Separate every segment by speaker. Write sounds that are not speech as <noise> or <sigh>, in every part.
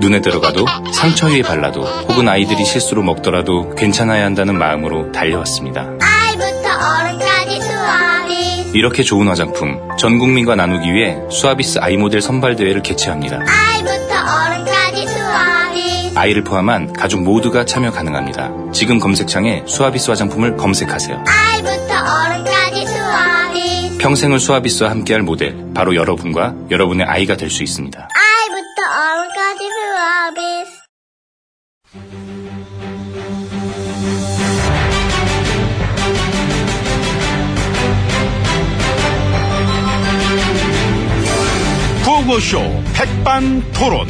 Speaker 1: 눈에 들어가도 상처 위에 발라도 혹은 아이들이 실수로 먹더라도 괜찮아야 한다는 마음으로 달려왔습니다.
Speaker 2: 아이부터 어른까지 수아비스
Speaker 1: 이렇게 좋은 화장품 전 국민과 나누기 위해 수아비스 아이 모델 선발 대회를 개최합니다.
Speaker 2: 아이부터 어른까지 수아비스
Speaker 1: 아이를 포함한 가족 모두가 참여 가능합니다. 지금 검색창에 수아비스 화장품을 검색하세요.
Speaker 2: 아이부터 어른까지 수아비스
Speaker 1: 평생을 수아비스와 함께할 모델 바로 여러분과 여러분의 아이가 될 수 있습니다.
Speaker 2: 아이부터 어른까지 수아비스
Speaker 3: 구호쇼 백반토론.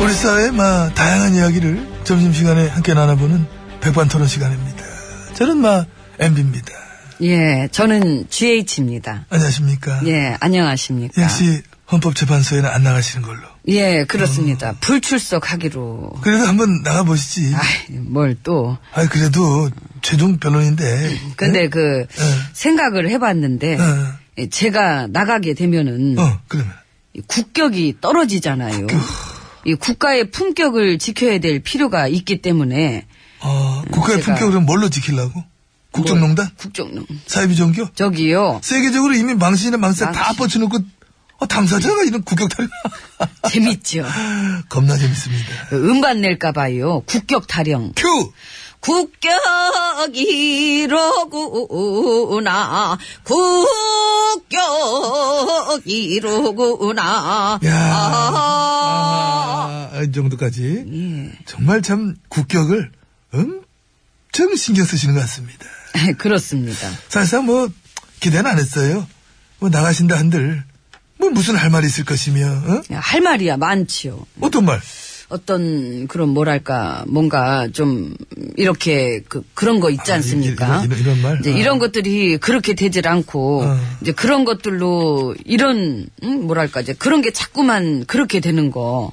Speaker 4: 우리 사회의 막 다양한 이야기를 점심시간에 함께 나눠보는 백반토론 시간입니다. 저는 막 MB입니다.
Speaker 5: 예, 저는 GH입니다.
Speaker 4: 안녕하십니까?
Speaker 5: 예, 안녕하십니까.
Speaker 4: 역시 헌법재판소에는 안 나가시는 걸로.
Speaker 5: 예, 그렇습니다. 불출석하기로.
Speaker 4: 그래도 한번 나가보시지.
Speaker 5: 아이, 뭘 또.
Speaker 4: 아 그래도 최종 변론인데.
Speaker 5: 근데 그, 생각을 해봤는데, 예,
Speaker 4: 네.
Speaker 5: 제가 나가게 되면은,
Speaker 4: 어, 그러면.
Speaker 5: 이 국격이 떨어지잖아요. 이 국가의 품격을 지켜야 될 필요가 있기 때문에.
Speaker 4: 어, 국가의
Speaker 5: 제가-
Speaker 4: 품격을 뭘로 지키려고? 국정농단?
Speaker 5: 뭘- 국정농.
Speaker 4: 사이비 종교?
Speaker 5: 저기요.
Speaker 4: 세계적으로 이미 망신이나 망상 다
Speaker 5: 망신.
Speaker 4: 뻗쳐놓고, 어, 당사자가 이런 국격 탈 <laughs>
Speaker 5: 재밌죠.
Speaker 4: 겁나 재밌습니다.
Speaker 5: 음반 낼까봐요. 국격 타령.
Speaker 4: 큐!
Speaker 5: 국격이로구나, 국격이로구나.
Speaker 4: 야.
Speaker 5: 아.
Speaker 4: 아, 이 정도까지.
Speaker 5: 예.
Speaker 4: 정말 참 국격을 엄청 신경 쓰시는 것 같습니다.
Speaker 5: 그렇습니다.
Speaker 4: 사실상 뭐 기대는 안 했어요. 뭐 나가신다 한들 뭐 무슨 할 말이 있을 것이며 어?
Speaker 5: 할 말이야, 많지요.
Speaker 4: 어떤 말?
Speaker 5: 어떤, 그런, 뭐랄까, 뭔가 좀, 이렇게, 그, 그런 거 있지
Speaker 4: 아, 이-
Speaker 5: 않습니까?
Speaker 4: 이- 이런- 이런 말?
Speaker 5: 이제
Speaker 4: 어.
Speaker 5: 이런 것들이 그렇게 되질 않고,
Speaker 4: 어.
Speaker 5: 이제 그런 것들로, 이런, 음, 뭐랄까, 이제 그런 게 자꾸만 그렇게 되는 거.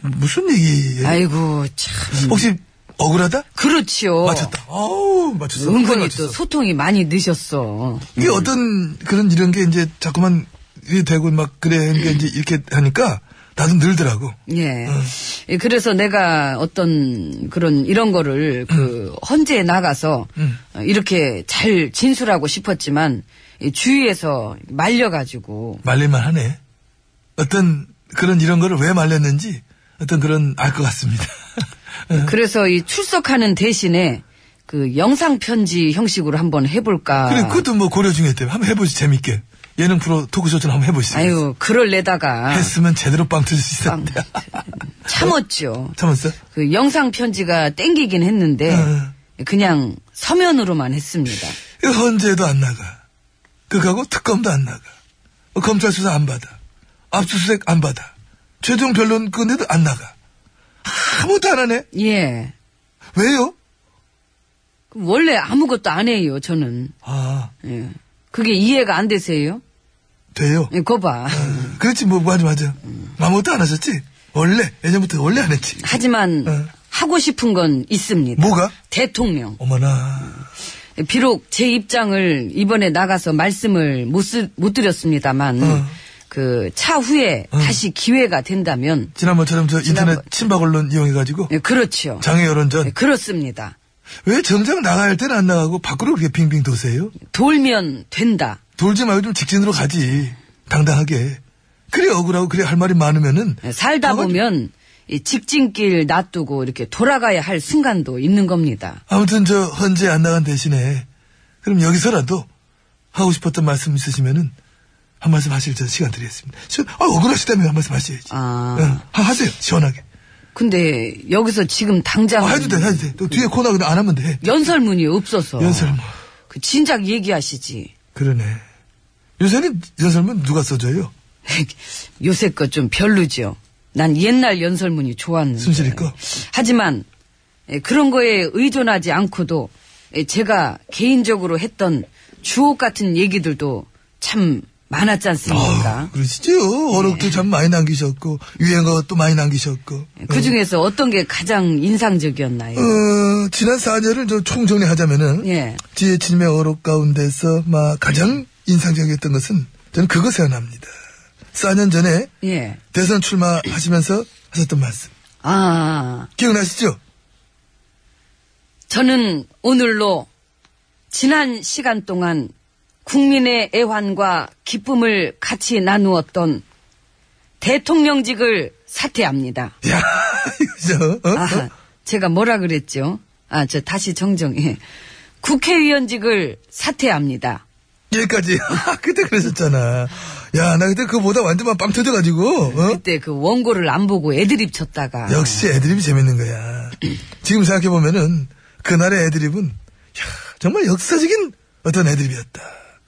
Speaker 4: 무슨 얘기예요?
Speaker 5: 아이고, 참.
Speaker 4: 혹시 억울하다?
Speaker 5: 그렇지요.
Speaker 4: 맞췄다. 어우 맞췄어.
Speaker 5: 은근히
Speaker 4: 맞췄어.
Speaker 5: 또 소통이 음. 많이 늦었어.
Speaker 4: 이게 어떤 그런 이런 게 이제 자꾸만 이게 되고 막 그래 하니까
Speaker 5: 음.
Speaker 4: 이제 이렇게 하니까 나도 늘더라고.
Speaker 5: 예.
Speaker 4: 음.
Speaker 5: 예, 그래서 내가 어떤 그런 이런 거를 그 헌재에 나가서
Speaker 4: 음.
Speaker 5: 어, 이렇게 잘 진술하고 싶었지만 이 주위에서 말려가지고
Speaker 4: 말릴만 하네. 어떤 그런 이런 거를 왜 말렸는지 어떤 그런 알 것 같습니다. <laughs> 어. 음.
Speaker 5: 그래서 이 출석하는 대신에 그 영상 편지 형식으로 한번 해볼까.
Speaker 4: 그래, 그것도 뭐 고려 중에 있대요. 한번 해보시, 재밌게. 예능 프로 토크쇼처럼 한번 해보시죠.
Speaker 5: 아유, 그럴래다가
Speaker 4: 했으면 제대로 빵 터질 수
Speaker 5: 빵
Speaker 4: 있었는데.
Speaker 5: 참았죠.
Speaker 4: 참았어? 어.
Speaker 5: 그 영상 편지가 땡기긴 했는데
Speaker 4: 음.
Speaker 5: 그냥 서면으로만 했습니다.
Speaker 4: 이거 헌재도 안 나가. 그거하고 특검도 안 나가. 어, 검찰 수사 안 받아. 압수수색 안 받아. 최종 변론 끝내도 안 나가. 아무것도 안 하네?
Speaker 5: 예.
Speaker 4: 왜요?
Speaker 5: 그럼 원래 아무것도 안 해요, 저는.
Speaker 4: 아,
Speaker 5: 예. 그게 이해가 안 되세요?
Speaker 4: 돼요.
Speaker 5: 예, 거 봐.
Speaker 4: 그렇지, 뭐, 맞아, 맞아. 아무것도 안 하셨지? 원래, 예전부터 원래 안 했지.
Speaker 5: 하지만
Speaker 4: 어.
Speaker 5: 하고 싶은 건 있습니다.
Speaker 4: 뭐가?
Speaker 5: 대통령.
Speaker 4: 어머나.
Speaker 5: 비록 제 입장을 이번에 나가서 말씀을 못, 쓰, 못 드렸습니다만
Speaker 4: 어.
Speaker 5: 그 차후에 다시 기회가 된다면
Speaker 4: 지난번처럼 저 인터넷
Speaker 5: 지난번-
Speaker 4: 친박 언론 이용해가지고
Speaker 5: 예, 그렇죠.
Speaker 4: 장애
Speaker 5: 예,
Speaker 4: 여론전
Speaker 5: 그렇습니다.
Speaker 4: 왜 정작 나가야 할 때는 안 나가고 밖으로 그렇게 빙빙 도세요?
Speaker 5: 돌면 된다.
Speaker 4: 돌지 말고 좀 직진으로 가지 당당하게 그래 억울하고 그래 할 말이 많으면은
Speaker 5: 예, 살다
Speaker 4: 가가지고-
Speaker 5: 보면 이 직진길 놔두고 이렇게 돌아가야 할 순간도 있는 겁니다.
Speaker 4: 아무튼 저 헌재 안 나간 대신에 그럼 여기서라도 하고 싶었던 말씀 있으시면은 한 말씀 하실 저 시간 드리겠습니다. 저, 아, 억울하시다면 한 말씀 하셔야지.
Speaker 5: 아.
Speaker 4: 응, 하- 하세요 시원하게.
Speaker 5: 근데 여기서 지금 당장
Speaker 4: 아, 해도 돼 해도 돼. 또
Speaker 5: 음.
Speaker 4: 뒤에 코너 그냥 안 하면 돼.
Speaker 5: 연설문이 없어서
Speaker 4: 연설문
Speaker 5: 그 진작 얘기하시지. <laughs>
Speaker 4: 그러네. 요새는 연설문 누가 써줘요?
Speaker 5: 요새 거 좀 별로죠. 난 옛날 연설문이 좋았는데.
Speaker 4: 순실이 거?
Speaker 5: 하지만 예, 그런 거에 의존하지 않고도 예, 제가 개인적으로 했던 주옥 같은 얘기들도 참 많았지 않습니까?
Speaker 4: 아,
Speaker 5: 네.
Speaker 4: 그러시죠. 어록도 참 많이 남기셨고, 유행어도 많이 남기셨고.
Speaker 5: 그 중에서 어떤 게 가장 인상적이었나요?
Speaker 4: 어, 지난 4년을 저 총정리하자면은,
Speaker 5: 예.
Speaker 4: 지혜진님의 어록 가운데서 막 가장 인상적이었던 것은 저는 그거 생각납니다. 4년 전에
Speaker 5: 예.
Speaker 4: 대선 출마하시면서 하셨던 말씀.
Speaker 5: 아,
Speaker 4: 기억나시죠?
Speaker 5: 저는 오늘로 지난 시간 동안 국민의 애환과 기쁨을 같이 나누었던 대통령직을 사퇴합니다.
Speaker 4: 야, <laughs> 그죠? 어?
Speaker 5: 아, 제가 뭐라 그랬죠? 아, 저 다시 정정해. 국회의원직을 사퇴합니다.
Speaker 4: 여기까지. <laughs> 아, 그때 그랬었잖아. 야, 나 그때 그거보다 완전 막 빵 터져가지고, 어?
Speaker 5: 그때 그 원고를 안 보고 애드립 쳤다가.
Speaker 4: 역시 애드립이 재밌는 거야. 지금 생각해보면은, 그날의 애드립은, 야, 정말 역사적인 어떤 애드립이었다.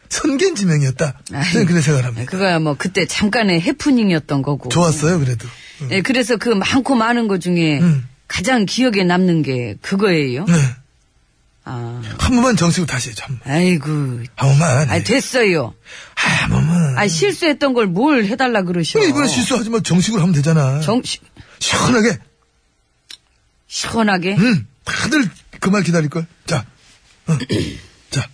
Speaker 4: 선견지명이었다. 저는 그렇게 생각을 합니다.
Speaker 5: 그거야 뭐 그때 잠깐의 해프닝이었던 거고.
Speaker 4: 좋았어요, 그래도. 응.
Speaker 5: 예, 그래서 그 많고 많은 것 중에
Speaker 4: 음.
Speaker 5: 가장 기억에 남는 게 그거예요.
Speaker 4: 네.
Speaker 5: 아,
Speaker 4: 한 번만 정식으로 다시 해줘, 한 번.
Speaker 5: 아이고.
Speaker 4: 한 번만.
Speaker 5: 아, 됐어요.
Speaker 4: 한 번만.
Speaker 5: 아, 실수했던 걸 뭘 해달라 그러셔.
Speaker 4: 이번에 실수하지 마. 정식으로 하면 되잖아.
Speaker 5: 정, 시,
Speaker 4: 시원하게.
Speaker 5: 시원하게.
Speaker 4: 응. 다들 그 말 기다릴걸. 자. 응. 자.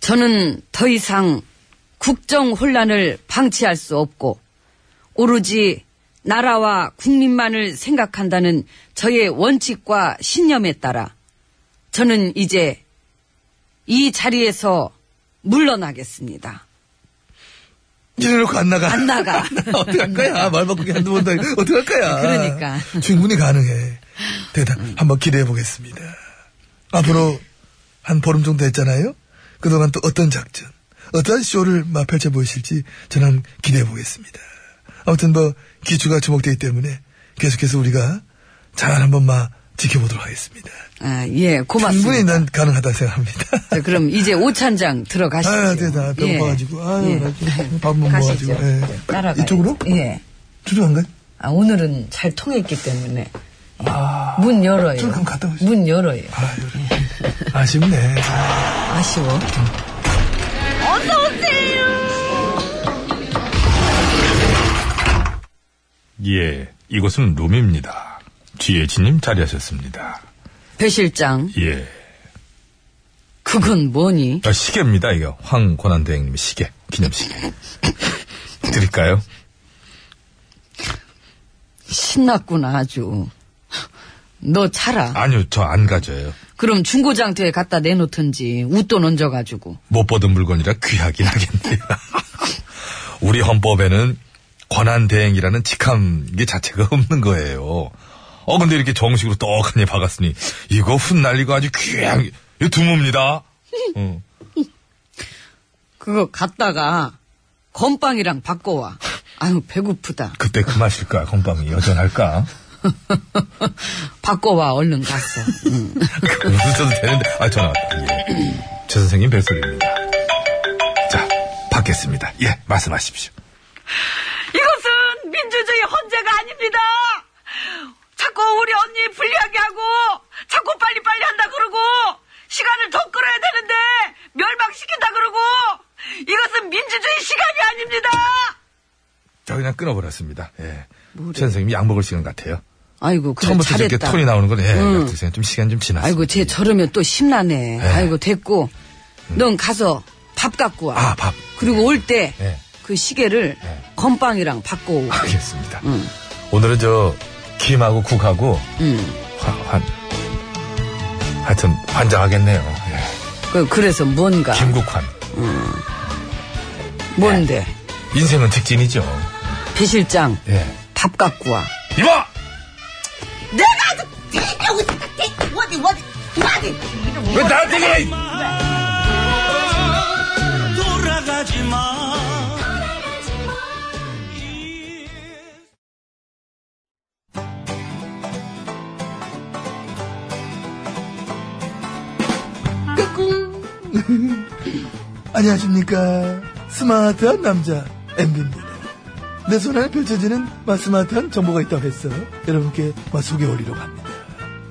Speaker 5: 저는 더 이상 국정 혼란을 방치할 수 없고 오로지 나라와 국민만을 생각한다는 저의 원칙과 신념에 따라 저는 이제 이 자리에서 물러나겠습니다.
Speaker 4: 이래놓고 안 나가.
Speaker 5: 안 나가.
Speaker 4: <laughs> 어떡할 거야. 말 바꾸기 한두 번도 아니고. 어떡할 거야.
Speaker 5: 그러니까.
Speaker 4: 충분히 가능해. 대단. 한번 기대해 보겠습니다. 앞으로 한 보름 정도 했잖아요. 그동안 또 어떤 작전, 어떠한 쇼를 막 펼쳐 보이실지 저는 기대해 보겠습니다. 아무튼 뭐 기초가 주목되기 때문에 계속해서 우리가 잘 한번 막 지켜보도록 하겠습니다.
Speaker 5: 아, 예,
Speaker 4: 충분히
Speaker 5: 고맙습니다.
Speaker 4: 난 가능하다 생각합니다. <laughs>
Speaker 5: 자, 네, 그럼 이제 오찬장 들어가시죠. 예.
Speaker 4: 아, 대다. 배고파가지고. 아유, 나 지금 밥못
Speaker 5: 가시죠. 네,
Speaker 4: 먹어가지고. 예.
Speaker 5: 따라가.
Speaker 4: 이쪽으로?
Speaker 5: 예.
Speaker 4: 주로 안 가요?
Speaker 5: 아, 오늘은 잘 통했기 때문에 예. 문 열어요.
Speaker 4: 좀 아. 그럼 갔다 오시죠.
Speaker 5: 문 열어요.
Speaker 4: 아, 요래. 아쉽네.
Speaker 5: 아쉬워.
Speaker 6: 예, 이곳은 룸입니다. 지혜진님 자리하셨습니다.
Speaker 5: 배 실장,
Speaker 6: 예.
Speaker 5: 그건 뭐니?
Speaker 6: 아, 시계입니다, 이거. 황권한대행님의 시계. 기념시계. <laughs> 드릴까요?
Speaker 5: 신났구나 아주. 너 차라.
Speaker 6: 아니요, 저 안 가져요.
Speaker 5: 그럼 중고장터에 갖다 내놓던지 웃돈 얹어가지고.
Speaker 6: 못 보던 물건이라 귀하긴 하겠네요. <laughs> 우리 헌법에는 권한대행이라는 직함 이 자체가 없는 거예요. 어, 근데 이렇게 정식으로 떡하니 박았으니, 이거 훗날리고 아주 귀하게, 이거 드뭅니다. 어.
Speaker 5: 그거 갖다가 건빵이랑 바꿔와. 아유 배고프다. <laughs>
Speaker 6: 그때 그 맛일까? 건빵이 여전할까?
Speaker 5: 바꿔와 얼른 가서. 응.
Speaker 6: 웃으셔도 되는데, 아, 전화 왔다. 예. 최 선생님 벨소리입니다. 자, 받겠습니다. 예, 말씀하십시오.
Speaker 7: 이것은 민주주의 헌재가 아닙니다. 자꾸 우리 언니 불리하게 하고 자꾸 빨리빨리 한다 그러고 시간을 더 끌어야 되는데 멸망시킨다 그러고 이것은 민주주의 시간이 아닙니다.
Speaker 6: 저 그냥 끊어버렸습니다. 예. 최 선생님 약 먹을 시간 같아요.
Speaker 5: 아이고 그래
Speaker 6: 처음부터 이렇게
Speaker 5: 잘했다.
Speaker 6: 톤이 나오는 건, 예,
Speaker 5: 응.
Speaker 6: 어떻게 생각- 좀 시간 좀 지났어요.
Speaker 5: 아이고 쟤 저러면 또 심란해.
Speaker 6: 네.
Speaker 5: 아이고 됐고. 넌 가서 밥 갖고 와.
Speaker 6: 아, 네. 밥.
Speaker 5: 그리고 올 때 그
Speaker 6: 예.
Speaker 5: 시계를 건빵이랑 바꿔. 오
Speaker 6: 알겠습니다.
Speaker 5: 응.
Speaker 6: 오늘은 저, 김하고 국하고,
Speaker 5: 응.
Speaker 6: 화- 환, 하여튼, 환장하겠네요. 예.
Speaker 5: 그- 그래서 뭔가
Speaker 6: 김국환.
Speaker 5: 뭔데
Speaker 6: 네. 인생은 직진이죠.
Speaker 5: 배 실장
Speaker 6: 예.
Speaker 5: 밥 갖고 와.
Speaker 6: 이봐!
Speaker 7: 어디 어디 어디
Speaker 6: 왜 나한테 그래!
Speaker 4: 안녕하십니까. 스마트한 남자, MB입니다. 내 손안에 펼쳐지는 마 스마트한 정보가 있다고 해서 여러분께 마 소개해드리려고 합니다.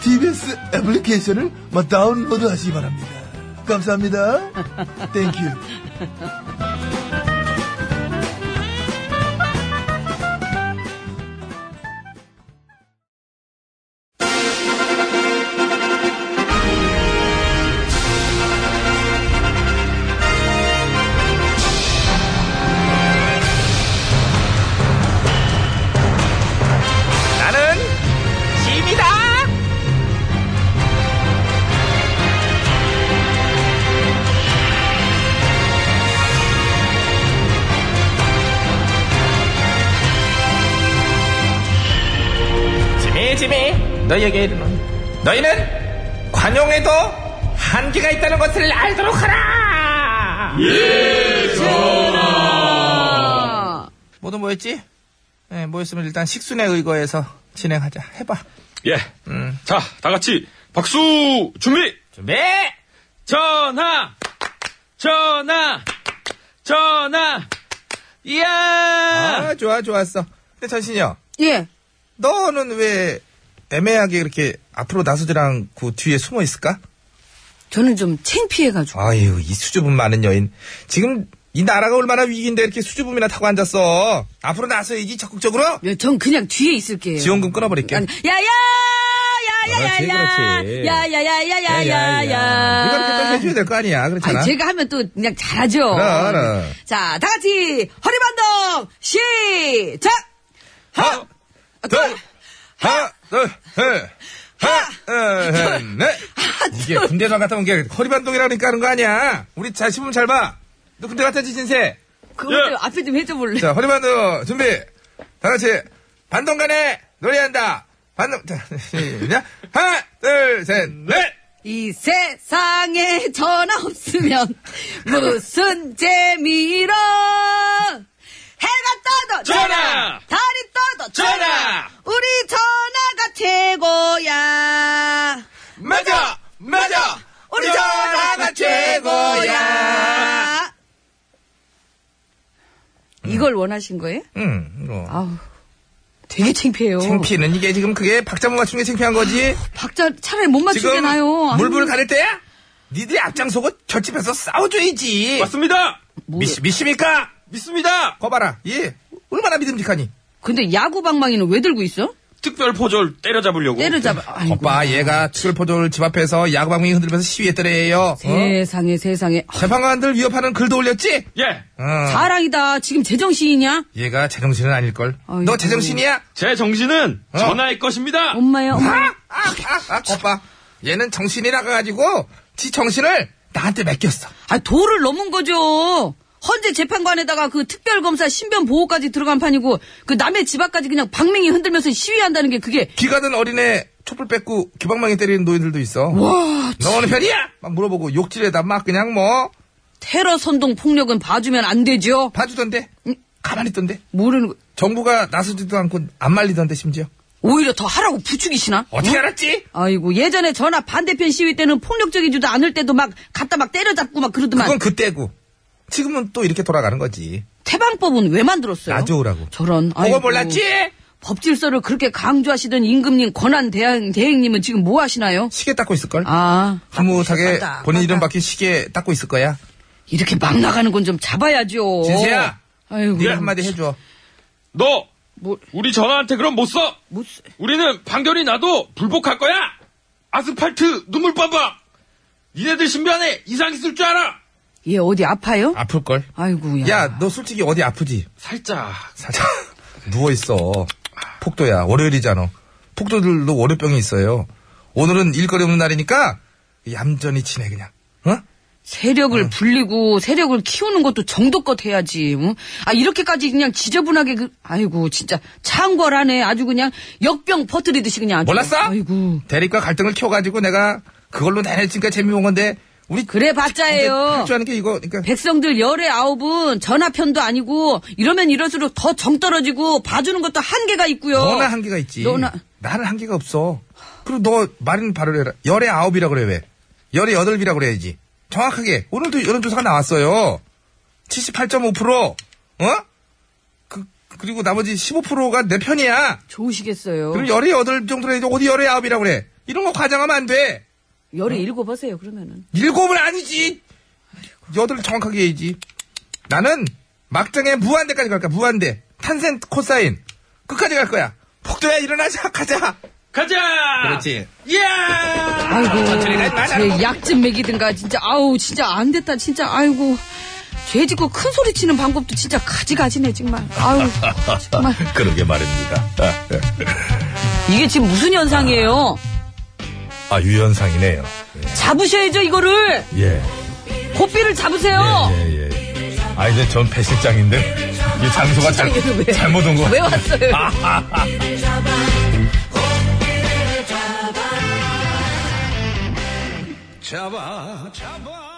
Speaker 4: TBS 애플리케이션을 막 다운로드 하시기 바랍니다. 감사합니다. 땡큐.
Speaker 6: 나는 짐이다. 짐이 짐이 너희에게 이르는 너희는 관용에도 한계가 있다는 것을 알도록 하라.
Speaker 5: 아,
Speaker 6: 모두 모였지? 예, 모였으면 일단 식순에 의거해서 진행하자. 해봐. 음.
Speaker 8: 예. 자, 다 같이 박수 준비.
Speaker 6: 준비.
Speaker 8: 전화, 전화, 전화. 이야.
Speaker 6: 아, 좋아, 좋았어. 근데 전신이요.
Speaker 5: 예,
Speaker 6: 너는 왜 애매하게 이렇게 앞으로 나서질 않고 뒤에 숨어 있을까?
Speaker 5: 저는 좀 창피해가지고.
Speaker 6: 아유, 이 수줍음 많은 여인. 지금 이 나라가 얼마나 위기인데 이렇게 수줍음이나 타고 앉았어. 앞으로 나서야지 적극적으로.
Speaker 5: 예, 전 그냥 뒤에 있을게요.
Speaker 6: 지원금 끊어버릴게.
Speaker 5: 아니, 야야!
Speaker 6: 그러니까 아, 그렇지, 그렇지.
Speaker 5: 야야야야! 야야야야야야야!
Speaker 6: 이건 그때 해줘야 될 거 아니야. 그렇잖아.
Speaker 5: 아니, 제가 하면 또 그냥 잘하죠.
Speaker 6: 그럼, 그럼.
Speaker 5: 자, 다 같이 허리반동 시작! 어,
Speaker 6: 하나,
Speaker 5: 그,
Speaker 6: 둘, 하나, 둘, 셋. 하나, 둘, 넷. 이게 군대에서 갔다 온 게 허리반동이라니까 하는 거 아니야. 우리 잘 씹으면 잘 봐. 너 군대 갔다지, 진세.
Speaker 5: 그거 좀 앞에 좀 해줘 볼래?
Speaker 6: 자, 허리반동 준비. 다 같이 반동간에 노래한다. 반동, 자, <laughs> 시작. 하나, 둘, 셋, 넷.
Speaker 5: 이 세상에 전화 없으면 무슨 재미로 해가 떠도
Speaker 8: 전화!
Speaker 5: 달이 떠도 전화,
Speaker 8: 전화!
Speaker 5: 우리 전화가 최고야
Speaker 6: 맞아! 맞아! 우리 전화가 최고야!
Speaker 5: 음. 이걸 원하신 거예요?
Speaker 6: 응, 이거.
Speaker 5: 아우 되게 창피해요
Speaker 6: 음. 창피는 이게 지금 그게 박자못 맞추는 게 창피한 거지.
Speaker 5: 박자 차라리 못
Speaker 8: 아,
Speaker 6: 지금
Speaker 5: 맞추게 나요
Speaker 6: 물불 가릴 때야? 니들이 앞장서고 결집해서 싸워줘야지.
Speaker 8: 맞습니다.
Speaker 5: 뭐.
Speaker 6: 믿, 믿습니까?
Speaker 8: 믿습니다.
Speaker 6: 거봐라. 예. 얼마나 믿음직하니?
Speaker 5: 근데 야구 방망이는 왜 들고 있어?
Speaker 8: 특별 포졸 때려잡으려고.
Speaker 5: 때려잡아 아이고.
Speaker 6: 오빠 얘가 특별포졸 집 앞에서 야구방망이 흔들면서 시위했더래요.
Speaker 8: 네.
Speaker 6: 어?
Speaker 5: 세상에 세상에
Speaker 6: 재판관들 위협하는 글도 올렸지?
Speaker 8: 예.
Speaker 6: 어.
Speaker 5: 자랑이다 지금 제정신이냐?
Speaker 6: 얘가 제정신은 아닐걸.
Speaker 5: 아이고.
Speaker 6: 너 제정신이야?
Speaker 8: 제 정신은
Speaker 6: 어.
Speaker 8: 전화의 것입니다.
Speaker 5: 엄마야 엄마
Speaker 6: 아, 아, 아, 아, 오빠. 얘는 정신이 나가가지고 지 정신을 나한테 맡겼어.
Speaker 5: 아, 도를 넘은 거죠. 헌재 재판관에다가 그 특별검사 신변 보호까지 들어간 판이고 그 남의 집 앞까지 그냥 방맹이 흔들면서 시위한다는 게 그게
Speaker 6: 기가든 어린애 촛불 뺏고 기방망이 때리는 노인들도 있어.
Speaker 5: 와
Speaker 6: 너 어느 편이야? 막 물어보고 욕질에다 막 그냥 뭐
Speaker 5: 테러 선동 폭력은 봐주면 안 되죠.
Speaker 6: 봐주던데. 가만히 있던데.
Speaker 5: 모르는 거
Speaker 6: 정부가 나서지도 않고 안 말리던데 심지어.
Speaker 5: 오히려 더 하라고 부추기시나?
Speaker 6: 어떻게 알았지?
Speaker 5: 아이고 예전에 전화 반대편 시위 때는 폭력적이지도 않을 때도 막 갖다 막 때려잡고 막 그러더만
Speaker 6: 그건 그때고. 지금은 또 이렇게 돌아가는 거지.
Speaker 5: 태방법은 왜 만들었어요?
Speaker 6: 놔줘라고.
Speaker 5: 저런
Speaker 6: 그거 몰랐지?
Speaker 5: 법질서를 그렇게 강조하시던 임금님 권한 대행 대행님은 지금 뭐 하시나요?
Speaker 6: 시계 닦고 있을걸?
Speaker 5: 아
Speaker 6: 흐뭇하게
Speaker 5: 맞다,
Speaker 6: 본인 이름
Speaker 5: 맞다.
Speaker 6: 바뀐 시계 닦고 있을 거야.
Speaker 5: 이렇게 막 나가는 건 좀 잡아야죠.
Speaker 6: 진세야.
Speaker 5: 아이고.
Speaker 6: 네가 한마디 해줘.
Speaker 8: 너
Speaker 5: 뭐,
Speaker 8: 우리 전화한테 그럼 못 써.
Speaker 5: 뭐, 쓰-
Speaker 8: 우리는 판결이 나도 불복할 거야. 아스팔트 눈물 뻔뻔. 니네들 신변에 이상 있을 줄 알아.
Speaker 5: 얘 예, 어디 아파요?
Speaker 6: 아플걸?
Speaker 5: 아이고야.
Speaker 6: 야, 너 솔직히 어디 아프지?
Speaker 8: 살짝.
Speaker 6: 살짝 <laughs> 누워있어. 폭도야. 월요일이잖아. 폭도들도 월요병이 있어요. 오늘은 일거리 없는 날이니까 얌전히 지내 그냥. 어?
Speaker 5: 세력을
Speaker 6: 음.
Speaker 5: 불리고 세력을 키우는 것도 정도껏 해야지. 응? 아 이렇게까지 그냥 지저분하게 그, 아이고 진짜 창궐하네. 아주 그냥 역병 퍼뜨리듯이 그냥. 아주.
Speaker 6: 몰랐어?
Speaker 5: 아이고.
Speaker 6: 대립과 갈등을 키워가지고 내가 그걸로 내내 지금까지 재미본 건데 우리
Speaker 5: 그래 봤자예요.
Speaker 6: 할줄 아는 게 이거 그러니까
Speaker 5: 백성들 열의 아홉은 전화편도 아니고 이러면 이럴수록 더 정 떨어지고 봐주는 것도 한계가 있고요.
Speaker 6: 너나 한계가 있지.
Speaker 5: 너나-
Speaker 6: 나는 한계가 없어. 그리고 너 말은 바로 해라. 열의 아홉이라 그래 왜? 열의 여덟이라 그래야지. 정확하게 오늘도 여론조사가 나왔어요. 78.5% 어? 그 그리고 나머지 15%가 내 편이야.
Speaker 5: 좋으시겠어요.
Speaker 6: 그럼 열의 여덟 정도로 해도 어디 열의 아홉이라 그래? 이런 거 과장하면 안 돼.
Speaker 5: 열에 일곱 하세요 그러면은.
Speaker 6: 일곱은 아니지. 여덟 정확하게 해야지. 나는 막장에 무한대까지 갈 거야. 무한대. 탄생 코사인 끝까지 갈 거야. 폭도야 일어나자 가자.
Speaker 8: 가자! 예!
Speaker 6: 그렇지.
Speaker 8: 이야!
Speaker 5: 아이고, 제 약좀 먹이든가 진짜 아우 진짜 안 됐다 진짜 아이고 죄 짓고 큰 소리 치는 방법도 진짜 가지가지네 정말 아우 정말
Speaker 3: <laughs> 그러게 말입니다.
Speaker 5: 이게 지금 무슨 현상이에요?
Speaker 3: 아, 유연상이네요.
Speaker 5: 잡으셔야죠 이거를
Speaker 3: 예.
Speaker 5: 고삐를 잡으세요. <laughs>
Speaker 3: 예, 예. 아, 이제 전 배실장인데, 이 장소가 잘,
Speaker 5: 시장에는 왜-
Speaker 3: 잘못 온 것
Speaker 5: 왜
Speaker 3: 같아요.
Speaker 5: 왔어요?
Speaker 6: 잡아 잡아